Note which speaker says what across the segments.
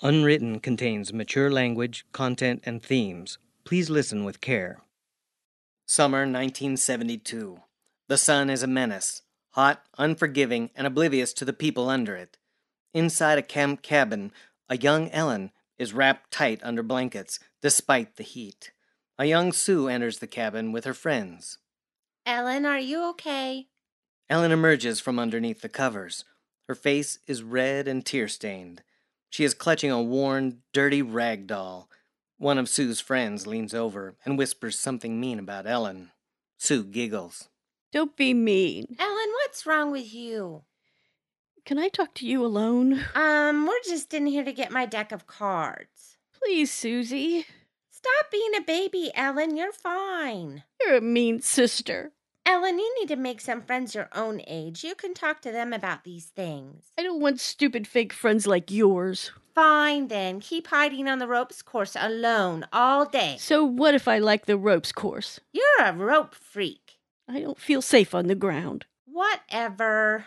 Speaker 1: Unwritten contains mature language, content, and themes. Please listen with care. Summer 1972. The sun is a menace, hot, unforgiving, and oblivious to the people under it. Inside a camp cabin, a young Ellen is wrapped tight under blankets, despite the heat. A young Sue enters the cabin with her friends.
Speaker 2: Ellen, are you okay?
Speaker 1: Ellen emerges from underneath the covers. Her face is red and tear stained. She is clutching a worn, dirty rag doll. One of Sue's friends leans over and whispers something mean about Ellen. Sue giggles.
Speaker 3: Don't be mean.
Speaker 2: Ellen, what's wrong with you?
Speaker 3: Can I talk to you alone?
Speaker 2: Um, we're just in here to get my deck of cards.
Speaker 3: Please, Susie.
Speaker 2: Stop being a baby, Ellen. You're fine.
Speaker 3: You're a mean sister.
Speaker 2: Ellen, you need to make some friends your own age. You can talk to them about these things.
Speaker 3: I don't want stupid fake friends like yours.
Speaker 2: Fine then. Keep hiding on the ropes course alone all day.
Speaker 3: So, what if I like the ropes course?
Speaker 2: You're a rope freak.
Speaker 3: I don't feel safe on the ground.
Speaker 2: Whatever.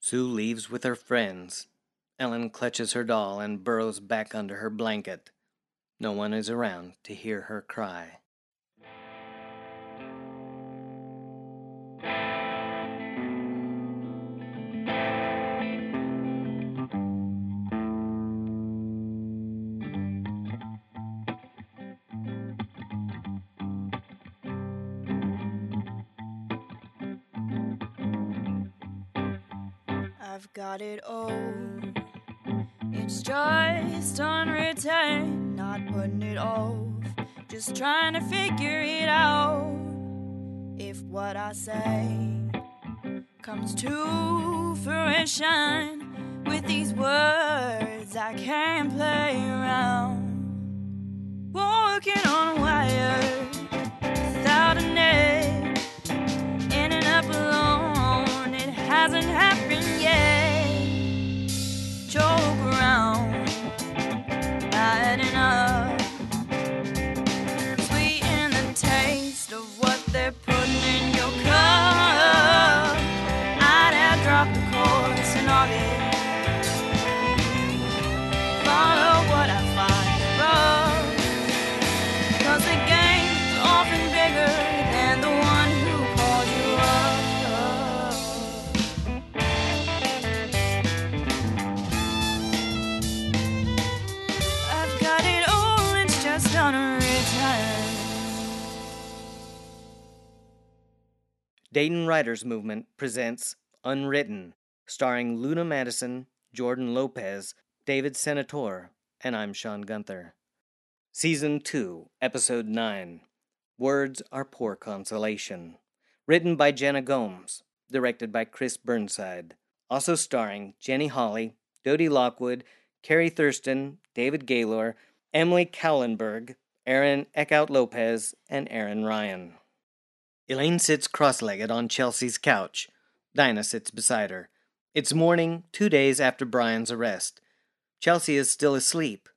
Speaker 1: Sue leaves with her friends. Ellen clutches her doll and burrows back under her blanket. No one is around to hear her cry.
Speaker 4: I've got it all. It's just unwritten, not putting it off, just trying to figure it out. If what I say comes to fruition with these words, I can't play around. Walking on a wire without a net ending up alone. It hasn't happened yet. Joke around, bad enough. Sweeten the taste of what they're putting in your cup. I'd have dropped the course in August. Follow what I find above. Cause the game's often bigger than the one who called you up. I've got it all, it's just unwritten.
Speaker 1: Dayton Writers Movement presents Unwritten, starring Luna Madison, Jordan Lopez, David Senator, and I'm Sean Gunther. Season 2, Episode 9 Words Are Poor Consolation. Written by Jenna Gomes, directed by Chris Burnside. Also starring Jenny Holly, Dodie Lockwood, Carrie Thurston, David Gaylor, Emily Cowlenberg, Aaron Eckhout Lopez, and Aaron Ryan. Elaine sits cross legged on Chelsea's couch. Dinah sits beside her. It's morning, two days after Brian's arrest. Chelsea is still asleep.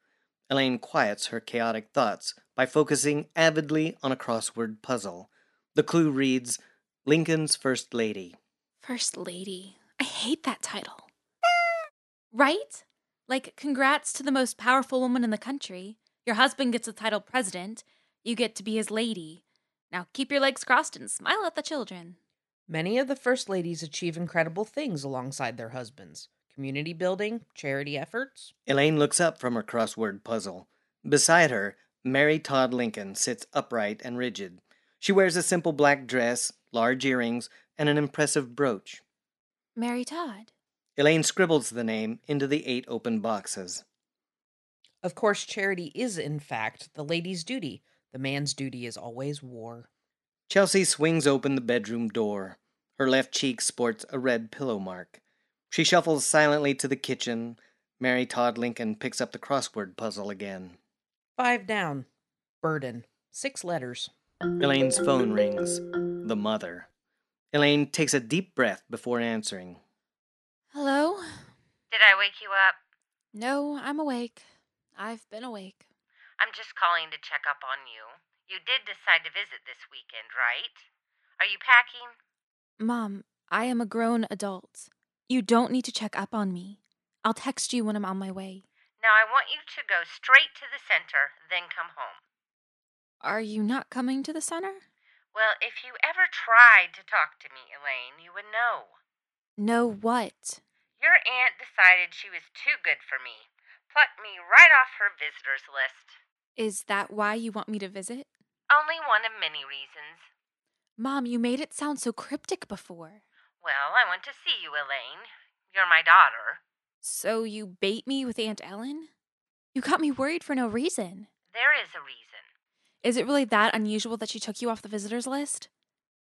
Speaker 1: Elaine quiets her chaotic thoughts by focusing avidly on a crossword puzzle. The clue reads Lincoln's First Lady.
Speaker 5: First Lady. I hate that title. Right? Like, congrats to the most powerful woman in the country. Your husband gets the title president. You get to be his lady. Now keep your legs crossed and smile at the children.
Speaker 6: Many of the first ladies achieve incredible things alongside their husbands community building, charity efforts.
Speaker 1: Elaine looks up from her crossword puzzle. Beside her, Mary Todd Lincoln sits upright and rigid. She wears a simple black dress, large earrings, and an impressive brooch.
Speaker 5: Mary Todd.
Speaker 1: Elaine scribbles the name into the eight open boxes.
Speaker 6: Of course, charity is, in fact, the lady's duty. The man's duty is always war.
Speaker 1: Chelsea swings open the bedroom door. Her left cheek sports a red pillow mark. She shuffles silently to the kitchen. Mary Todd Lincoln picks up the crossword puzzle again.
Speaker 6: Five down. Burden. Six letters.
Speaker 1: Elaine's phone rings. The mother. Elaine takes a deep breath before answering.
Speaker 5: Hello?
Speaker 2: Did I wake you up?
Speaker 5: No, I'm awake. I've been awake.
Speaker 2: I'm just calling to check up on you. You did decide to visit this weekend, right? Are you packing?
Speaker 5: Mom, I am a grown adult. You don't need to check up on me. I'll text you when I'm on my way.
Speaker 2: Now I want you to go straight to the center, then come home.
Speaker 5: Are you not coming to the center?
Speaker 2: Well, if you ever tried to talk to me, Elaine, you would know.
Speaker 5: No, what?
Speaker 2: Your aunt decided she was too good for me, plucked me right off her visitors list.
Speaker 5: Is that why you want me to visit?
Speaker 2: Only one of many reasons.
Speaker 5: Mom, you made it sound so cryptic before.
Speaker 2: Well, I want to see you, Elaine. You're my daughter.
Speaker 5: So you bait me with Aunt Ellen? You got me worried for no reason.
Speaker 2: There is a reason.
Speaker 5: Is it really that unusual that she took you off the visitors list?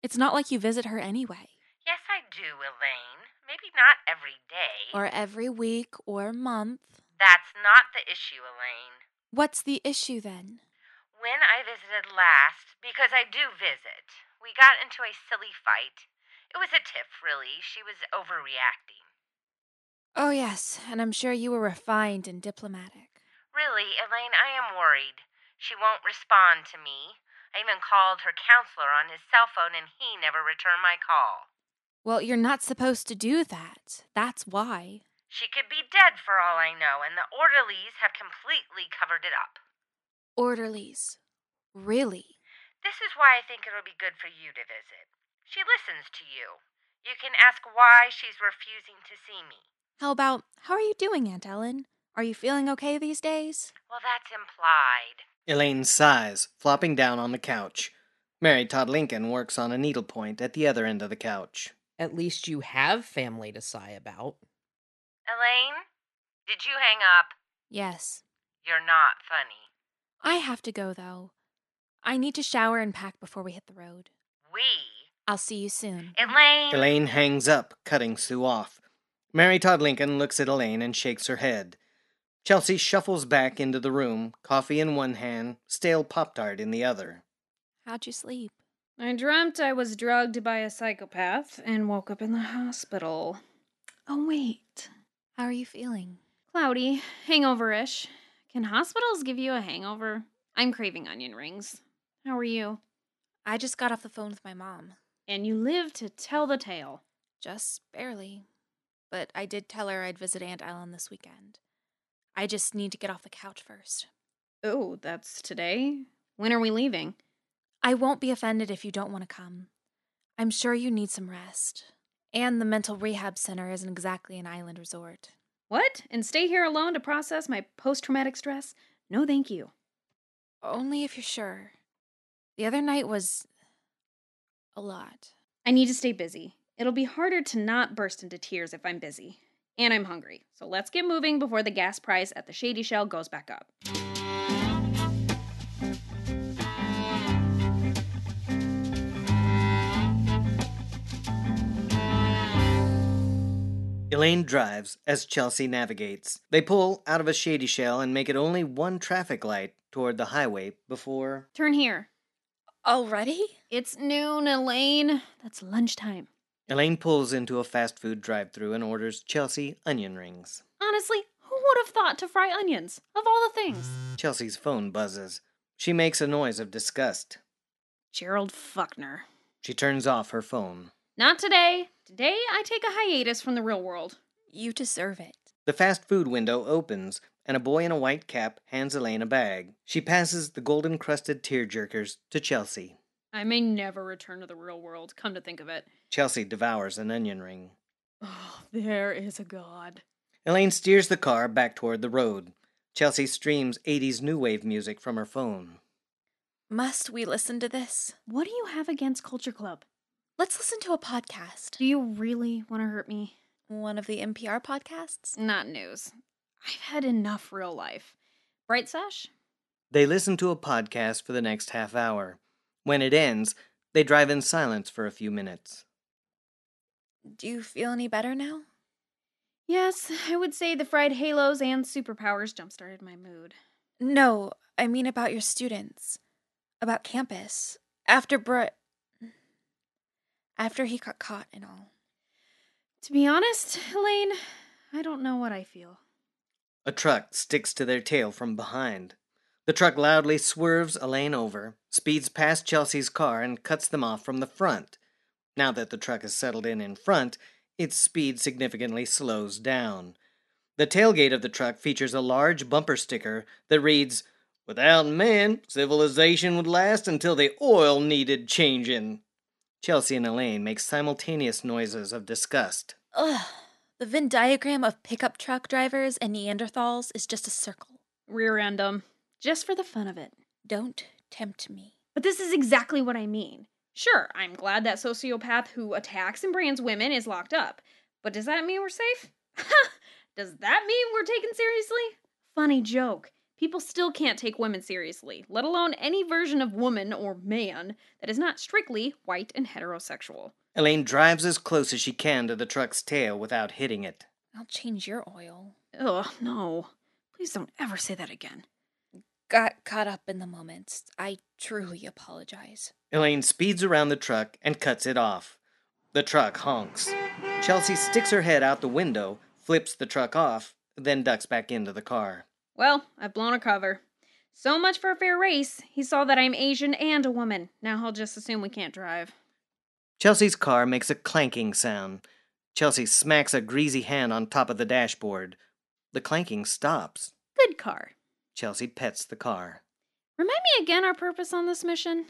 Speaker 5: It's not like you visit her anyway,
Speaker 2: Yes, I do, Elaine. Maybe not every day.
Speaker 5: or every week or month.
Speaker 2: That's not the issue, Elaine.
Speaker 5: What's the issue then?
Speaker 2: When I visited last, because I do visit, we got into a silly fight. It was a tiff, really. She was overreacting.
Speaker 5: Oh, yes, and I'm sure you were refined and diplomatic.
Speaker 2: Really, Elaine, I am worried. She won't respond to me. I even called her counselor on his cell phone and he never returned my call.
Speaker 5: Well, you're not supposed to do that. That's why.
Speaker 2: She could be dead for all I know, and the orderlies have completely covered it up.
Speaker 5: Orderlies. Really?
Speaker 2: This is why I think it'll be good for you to visit. She listens to you. You can ask why she's refusing to see me.
Speaker 5: How about, how are you doing, Aunt Ellen? Are you feeling okay these days?
Speaker 2: Well, that's implied.
Speaker 1: Elaine sighs, flopping down on the couch. Mary Todd Lincoln works on a needlepoint at the other end of the couch.
Speaker 6: At least you have family to sigh about.
Speaker 2: Elaine, did you hang up?
Speaker 5: Yes.
Speaker 2: You're not funny.
Speaker 5: I have to go, though. I need to shower and pack before we hit the road.
Speaker 2: We?
Speaker 5: I'll see you soon.
Speaker 2: Elaine?
Speaker 1: Elaine hangs up, cutting Sue off. Mary Todd Lincoln looks at Elaine and shakes her head. Chelsea shuffles back into the room, coffee in one hand, stale Pop Tart in the other.
Speaker 5: How'd you sleep?
Speaker 7: I dreamt I was drugged by a psychopath and woke up in the hospital. Oh, wait.
Speaker 5: How are you feeling?
Speaker 7: Cloudy, hangover ish. Can hospitals give you a hangover? I'm craving onion rings. How are you?
Speaker 5: I just got off the phone with my mom.
Speaker 7: And you live to tell the tale.
Speaker 5: Just barely. But I did tell her I'd visit Aunt Ellen this weekend. I just need to get off the couch first.
Speaker 7: Oh, that's today? When are we leaving?
Speaker 5: I won't be offended if you don't want to come. I'm sure you need some rest. And the mental rehab center isn't exactly an island resort.
Speaker 7: What? And stay here alone to process my post traumatic stress? No, thank you.
Speaker 5: Only if you're sure. The other night was a lot.
Speaker 7: I need to stay busy. It'll be harder to not burst into tears if I'm busy. And I'm hungry. So let's get moving before the gas price at the Shady Shell goes back up.
Speaker 1: Elaine drives as Chelsea navigates. They pull out of a shady shell and make it only one traffic light toward the highway before.
Speaker 7: Turn here.
Speaker 5: Already?
Speaker 7: It's noon, Elaine. That's lunchtime.
Speaker 1: Elaine pulls into a fast food drive through and orders Chelsea onion rings.
Speaker 7: Honestly, who would have thought to fry onions? Of all the things.
Speaker 1: Chelsea's phone buzzes. She makes a noise of disgust.
Speaker 7: Gerald Fuckner.
Speaker 1: She turns off her phone.
Speaker 7: Not today. Today I take a hiatus from the real world.
Speaker 5: You deserve it.
Speaker 1: The fast food window opens, and a boy in a white cap hands Elaine a bag. She passes the golden crusted tearjerkers to Chelsea.
Speaker 7: I may never return to the real world, come to think of it.
Speaker 1: Chelsea devours an onion ring.
Speaker 7: Oh, there is a god.
Speaker 1: Elaine steers the car back toward the road. Chelsea streams 80s new wave music from her phone.
Speaker 5: Must we listen to this?
Speaker 7: What do you have against Culture Club?
Speaker 5: Let's listen to a podcast.
Speaker 7: Do you really want to hurt me?
Speaker 5: One of the NPR podcasts?
Speaker 7: Not news. I've had enough real life. Bright Sash?
Speaker 1: They listen to a podcast for the next half hour. When it ends, they drive in silence for a few minutes.
Speaker 5: Do you feel any better now?
Speaker 7: Yes, I would say the fried halos and superpowers jumpstarted my mood.
Speaker 5: No, I mean about your students. About campus. After Br. After he got caught and all.
Speaker 7: To be honest, Elaine, I don't know what I feel.
Speaker 1: A truck sticks to their tail from behind. The truck loudly swerves Elaine over, speeds past Chelsea's car, and cuts them off from the front. Now that the truck is settled in in front, its speed significantly slows down. The tailgate of the truck features a large bumper sticker that reads, Without men, civilization would last until the oil needed changing. Chelsea and Elaine make simultaneous noises of disgust.
Speaker 5: Ugh. The Venn diagram of pickup truck drivers and Neanderthals is just a circle.
Speaker 7: Rear end 'em, just for the fun of it.
Speaker 5: Don't tempt me.
Speaker 7: But this is exactly what I mean. Sure, I'm glad that sociopath who attacks and brands women is locked up. But does that mean we're safe? does that mean we're taken seriously? Funny joke. People still can't take women seriously, let alone any version of woman or man that is not strictly white and heterosexual.
Speaker 1: Elaine drives as close as she can to the truck's tail without hitting it.
Speaker 5: I'll change your oil.
Speaker 7: Ugh, no. Please don't ever say that again.
Speaker 5: Got caught up in the moment. I truly apologize.
Speaker 1: Elaine speeds around the truck and cuts it off. The truck honks. Chelsea sticks her head out the window, flips the truck off, then ducks back into the car.
Speaker 7: Well, I've blown a cover. So much for a fair race. He saw that I'm Asian and a woman. Now he'll just assume we can't drive.
Speaker 1: Chelsea's car makes a clanking sound. Chelsea smacks a greasy hand on top of the dashboard. The clanking stops.
Speaker 7: Good car.
Speaker 1: Chelsea pets the car.
Speaker 7: Remind me again our purpose on this mission.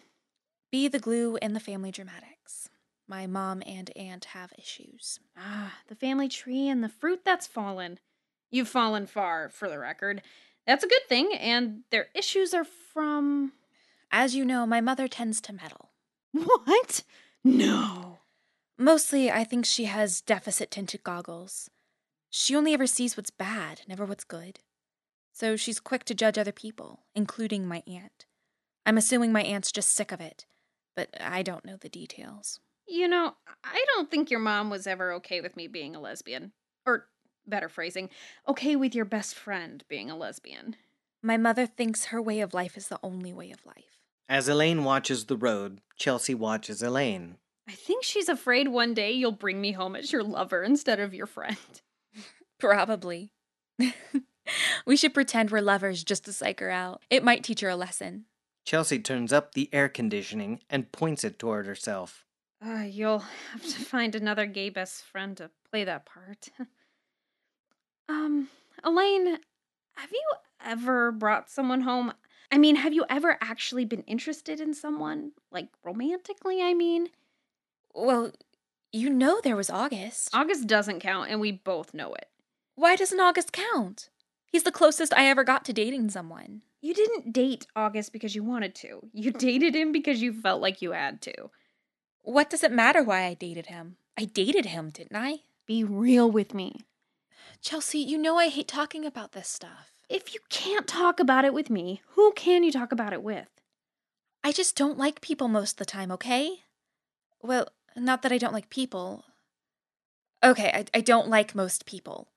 Speaker 5: Be the glue in the family dramatics. My mom and aunt have issues.
Speaker 7: Ah, the family tree and the fruit that's fallen. You've fallen far, for the record. That's a good thing, and their issues are from.
Speaker 5: As you know, my mother tends to meddle.
Speaker 7: What? No.
Speaker 5: Mostly, I think she has deficit tinted goggles. She only ever sees what's bad, never what's good. So she's quick to judge other people, including my aunt. I'm assuming my aunt's just sick of it, but I don't know the details.
Speaker 7: You know, I don't think your mom was ever okay with me being a lesbian. Or, better phrasing, okay with your best friend being a lesbian.
Speaker 5: My mother thinks her way of life is the only way of life.
Speaker 1: As Elaine watches the road, Chelsea watches Elaine.
Speaker 7: I think she's afraid one day you'll bring me home as your lover instead of your friend.
Speaker 5: Probably. we should pretend we're lovers just to psych her out. It might teach her a lesson.
Speaker 1: Chelsea turns up the air conditioning and points it toward herself.
Speaker 7: Uh, you'll have to find another gay best friend to play that part. um, Elaine, have you ever brought someone home? I mean, have you ever actually been interested in someone? Like, romantically, I mean?
Speaker 5: Well, you know there was August.
Speaker 7: August doesn't count, and we both know it.
Speaker 5: Why doesn't August count? He's the closest I ever got to dating someone.
Speaker 7: You didn't date August because you wanted to. You dated him because you felt like you had to.
Speaker 5: What does it matter why I dated him? I dated him, didn't I?
Speaker 7: Be real with me.
Speaker 5: Chelsea, you know I hate talking about this stuff.
Speaker 7: If you can't talk about it with me, who can you talk about it with?
Speaker 5: I just don't like people most of the time, okay? Well, not that I don't like people. Okay, I, I don't like most people.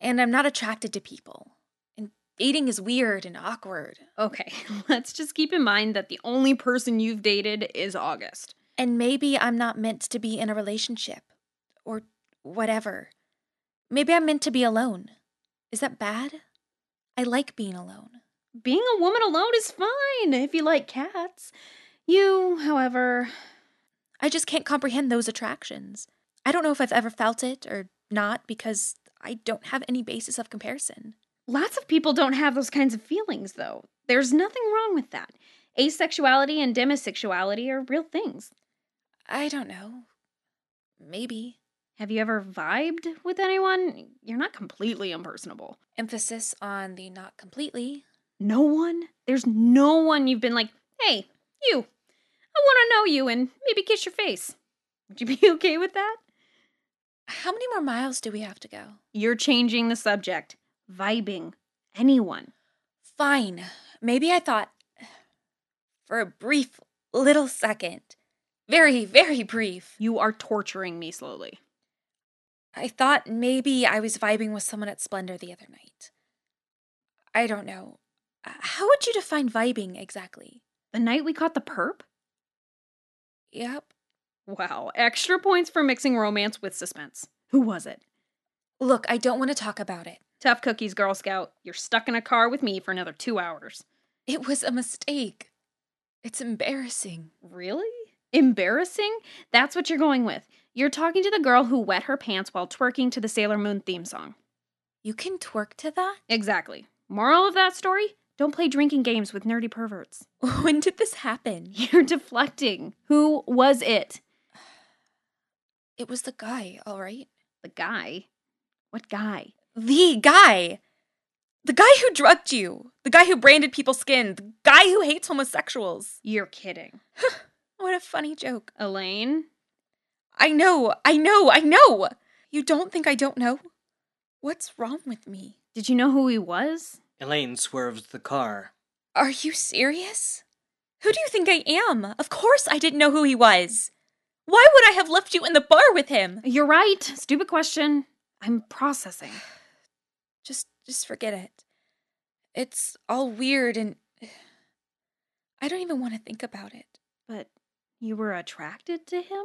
Speaker 5: And I'm not attracted to people. And dating is weird and awkward.
Speaker 7: Okay, let's just keep in mind that the only person you've dated is August.
Speaker 5: And maybe I'm not meant to be in a relationship or whatever. Maybe I'm meant to be alone. Is that bad? I like being alone.
Speaker 7: Being a woman alone is fine if you like cats. You, however,
Speaker 5: I just can't comprehend those attractions. I don't know if I've ever felt it or not because I don't have any basis of comparison.
Speaker 7: Lots of people don't have those kinds of feelings, though. There's nothing wrong with that. Asexuality and demisexuality are real things.
Speaker 5: I don't know. Maybe.
Speaker 7: Have you ever vibed with anyone? You're not completely impersonable.
Speaker 5: Emphasis on the not completely.
Speaker 7: No one? There's no one you've been like, hey, you, I want to know you and maybe kiss your face. Would you be okay with that?
Speaker 5: How many more miles do we have to go?
Speaker 7: You're changing the subject. Vibing. Anyone.
Speaker 5: Fine. Maybe I thought for a brief little second. Very, very brief.
Speaker 7: You are torturing me slowly.
Speaker 5: I thought maybe I was vibing with someone at Splendor the other night. I don't know. Uh, How would you define vibing exactly?
Speaker 7: The night we caught the perp?
Speaker 5: Yep.
Speaker 7: Wow, extra points for mixing romance with suspense. Who was it?
Speaker 5: Look, I don't want to talk about it.
Speaker 7: Tough cookies, Girl Scout. You're stuck in a car with me for another two hours.
Speaker 5: It was a mistake. It's embarrassing.
Speaker 7: Really? Embarrassing? That's what you're going with. You're talking to the girl who wet her pants while twerking to the Sailor Moon theme song.
Speaker 5: You can twerk to that?
Speaker 7: Exactly. Moral of that story? Don't play drinking games with nerdy perverts.
Speaker 5: When did this happen?
Speaker 7: You're deflecting. Who was it?
Speaker 5: It was the guy, all right?
Speaker 7: The guy. What guy?
Speaker 5: The guy! The guy who drugged you. The guy who branded people's skin. The guy who hates homosexuals.
Speaker 7: You're kidding.
Speaker 5: What a funny joke.
Speaker 7: Elaine?
Speaker 5: I know, I know, I know! You don't think I don't know? What's wrong with me?
Speaker 7: Did you know who he was?
Speaker 1: Elaine swerves the car.
Speaker 5: Are you serious? Who do you think I am? Of course I didn't know who he was. Why would I have left you in the bar with him?
Speaker 7: You're right. Stupid question. I'm processing.
Speaker 5: Just just forget it. It's all weird and I don't even want to think about it.
Speaker 7: But you were attracted to him?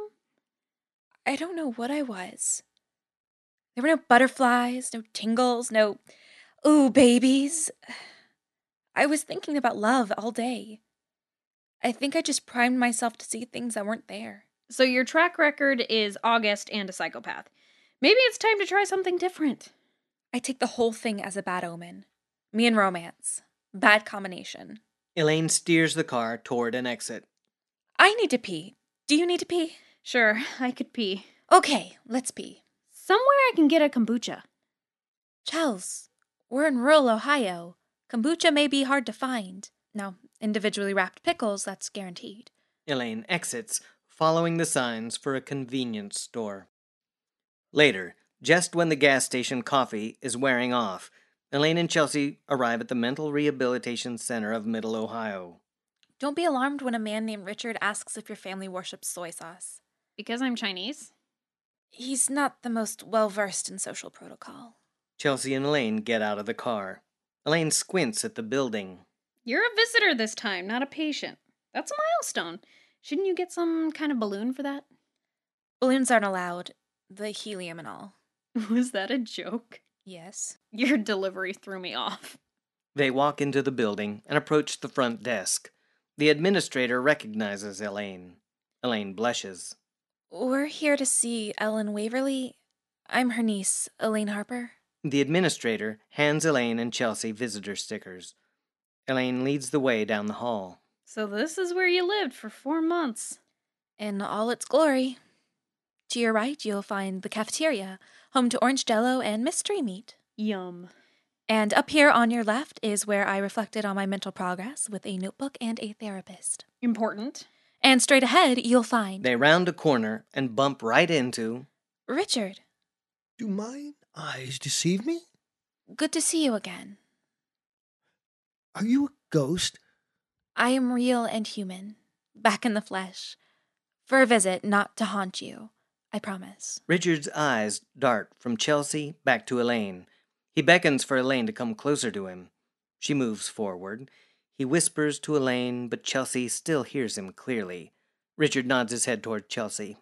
Speaker 5: I don't know what I was. There were no butterflies, no tingles, no ooh babies. I was thinking about love all day. I think I just primed myself to see things that weren't there.
Speaker 7: So your track record is August and a psychopath. Maybe it's time to try something different.
Speaker 5: I take the whole thing as a bad omen. Me and romance. Bad combination.
Speaker 1: Elaine steers the car toward an exit.
Speaker 5: I need to pee. Do you need to pee?
Speaker 7: Sure, I could pee.
Speaker 5: Okay, let's pee.
Speaker 7: Somewhere I can get a kombucha.
Speaker 5: Chels, we're in rural Ohio. Kombucha may be hard to find. Now, individually wrapped pickles, that's guaranteed.
Speaker 1: Elaine exits, following the signs for a convenience store. Later, just when the gas station coffee is wearing off, Elaine and Chelsea arrive at the Mental Rehabilitation Center of Middle Ohio.
Speaker 5: Don't be alarmed when a man named Richard asks if your family worships soy sauce.
Speaker 7: Because I'm Chinese?
Speaker 5: He's not the most well versed in social protocol.
Speaker 1: Chelsea and Elaine get out of the car. Elaine squints at the building.
Speaker 7: You're a visitor this time, not a patient. That's a milestone. Shouldn't you get some kind of balloon for that?
Speaker 5: Balloons aren't allowed, the helium and all.
Speaker 7: Was that a joke?
Speaker 5: Yes.
Speaker 7: Your delivery threw me off.
Speaker 1: They walk into the building and approach the front desk. The administrator recognizes Elaine. Elaine blushes.
Speaker 5: We're here to see Ellen Waverly. I'm her niece, Elaine Harper.
Speaker 1: The administrator hands Elaine and Chelsea visitor stickers. Elaine leads the way down the hall.
Speaker 7: So this is where you lived for four months.
Speaker 5: in all its glory. To your right, you'll find the cafeteria, home to orange jello and mystery meat.
Speaker 7: Yum.
Speaker 5: And up here on your left is where I reflected on my mental progress with a notebook and a therapist.
Speaker 7: Important.
Speaker 5: And straight ahead, you'll find
Speaker 1: They round a corner and bump right into.
Speaker 5: Richard.
Speaker 8: Do mine eyes deceive me?
Speaker 5: Good to see you again.
Speaker 8: Are you a ghost?
Speaker 5: I am real and human, back in the flesh. For a visit, not to haunt you. I promise.
Speaker 1: Richard's eyes dart from Chelsea back to Elaine. He beckons for Elaine to come closer to him. She moves forward. He whispers to Elaine, but Chelsea still hears him clearly. Richard nods his head toward Chelsea.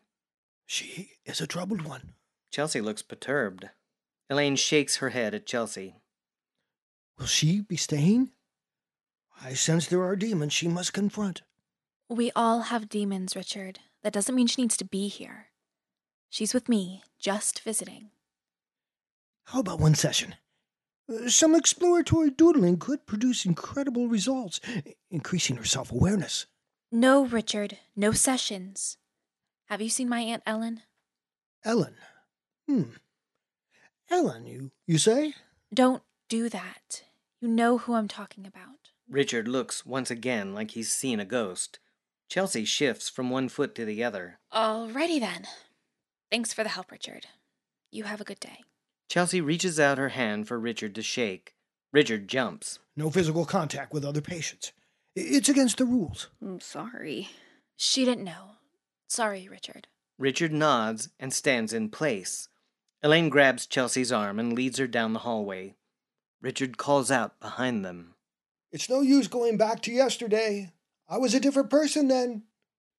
Speaker 8: She is a troubled one.
Speaker 1: Chelsea looks perturbed. Elaine shakes her head at Chelsea.
Speaker 8: Will she be staying? I sense there are demons she must confront.
Speaker 5: We all have demons, Richard. That doesn't mean she needs to be here. She's with me, just visiting.
Speaker 8: How about one session? Uh, Some exploratory doodling could produce incredible results, i- increasing her self awareness.
Speaker 5: No, Richard, no sessions. Have you seen my Aunt Ellen?
Speaker 8: Ellen. Hmm. Ellen, you, you say?
Speaker 5: Don't do that. You know who I'm talking about.
Speaker 1: Richard looks once again like he's seen a ghost. Chelsea shifts from one foot to the other.
Speaker 5: Alrighty then. Thanks for the help, Richard. You have a good day.
Speaker 1: Chelsea reaches out her hand for Richard to shake. Richard jumps.
Speaker 8: No physical contact with other patients. I- It's against the rules.
Speaker 7: I'm sorry.
Speaker 5: She didn't know. Sorry, Richard.
Speaker 1: Richard nods and stands in place. Elaine grabs Chelsea's arm and leads her down the hallway. Richard calls out behind them.
Speaker 8: It's no use going back to yesterday. I was a different person then.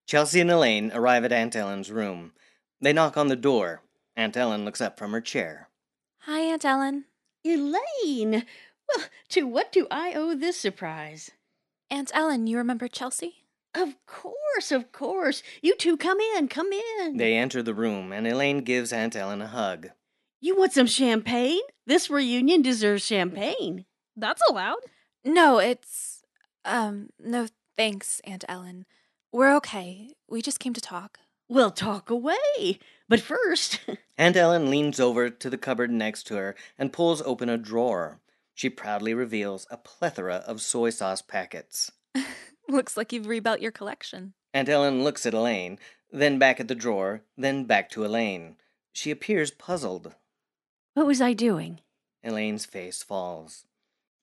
Speaker 1: Chelsea and Elaine arrive at Aunt Ellen's room. They knock on the door. Aunt Ellen looks up from her chair.
Speaker 5: Hi, Aunt Ellen.
Speaker 3: Elaine! Well, to what do I owe this surprise?
Speaker 5: Aunt Ellen, you remember Chelsea?
Speaker 3: Of course, of course. You two come in, come in.
Speaker 1: They enter the room, and Elaine gives Aunt Ellen a hug.
Speaker 3: you want some champagne? This reunion deserves champagne.
Speaker 7: That's allowed.
Speaker 5: No, it's. Um, no thanks, Aunt Ellen. We're okay. We just came to talk.
Speaker 3: We'll talk away. But first,
Speaker 1: Aunt Ellen leans over to the cupboard next to her and pulls open a drawer. She proudly reveals a plethora of soy sauce packets.
Speaker 5: Looks like you've rebuilt your collection.
Speaker 1: Aunt Ellen looks at Elaine, then back at the drawer, then back to Elaine. She appears puzzled.
Speaker 3: what was I doing?
Speaker 1: Elaine's face falls.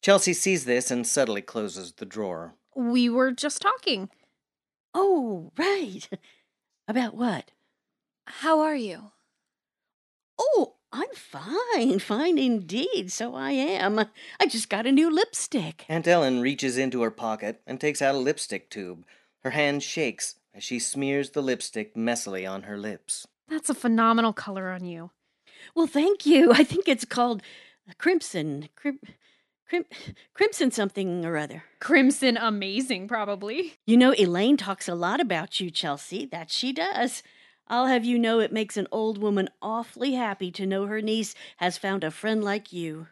Speaker 1: Chelsea sees this and subtly closes the drawer.
Speaker 7: We were just talking.
Speaker 3: Oh, right. About what?
Speaker 5: How are you?
Speaker 3: Oh, I'm fine, fine indeed. So I am. I just got a new lipstick.
Speaker 1: Aunt Ellen reaches into her pocket and takes out a lipstick tube. Her hand shakes as she smears the lipstick messily on her lips.
Speaker 7: That's a phenomenal color on you.
Speaker 3: Well, thank you. I think it's called crimson, crim, crim, crimson something or other.
Speaker 7: Crimson amazing, probably.
Speaker 3: You know, Elaine talks a lot about you, Chelsea. That she does. I'll have you know it makes an old woman awfully happy to know her niece has found a friend like you.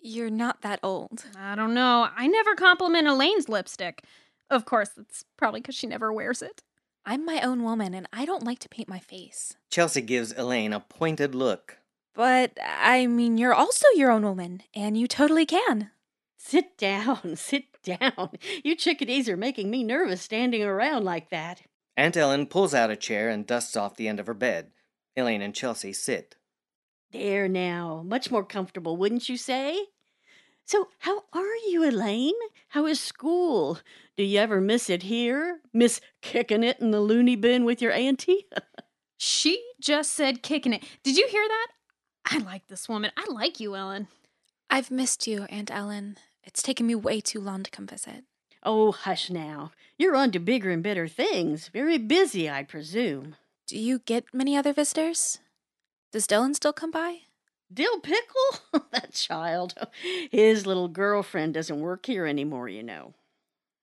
Speaker 5: You're not that old.
Speaker 7: I don't know. I never compliment Elaine's lipstick. Of course, that's probably because she never wears it.
Speaker 5: I'm my own woman and I don't like to paint my face.
Speaker 1: Chelsea gives Elaine a pointed look.
Speaker 5: But I mean, you're also your own woman and you totally can.
Speaker 3: Sit down, sit down. You chickadees are making me nervous standing around like that.
Speaker 1: Aunt Ellen pulls out a chair and dusts off the end of her bed. Elaine and Chelsea sit.
Speaker 3: There now, much more comfortable, wouldn't you say? So, how are you, Elaine? How is school? Do you ever miss it here? Miss kicking it in the loony bin with your auntie?
Speaker 7: She just said kicking it. Did you hear that? I like this woman. I like you, Ellen.
Speaker 5: I've missed you, Aunt Ellen. It's taken me way too long to come visit.
Speaker 3: oh, hush now. You're on to bigger and better things. Very busy, I presume.
Speaker 5: Do you get many other visitors? Does Dylan still come by?
Speaker 3: Dill Pickle? that child. His little girlfriend doesn't work here anymore, you know.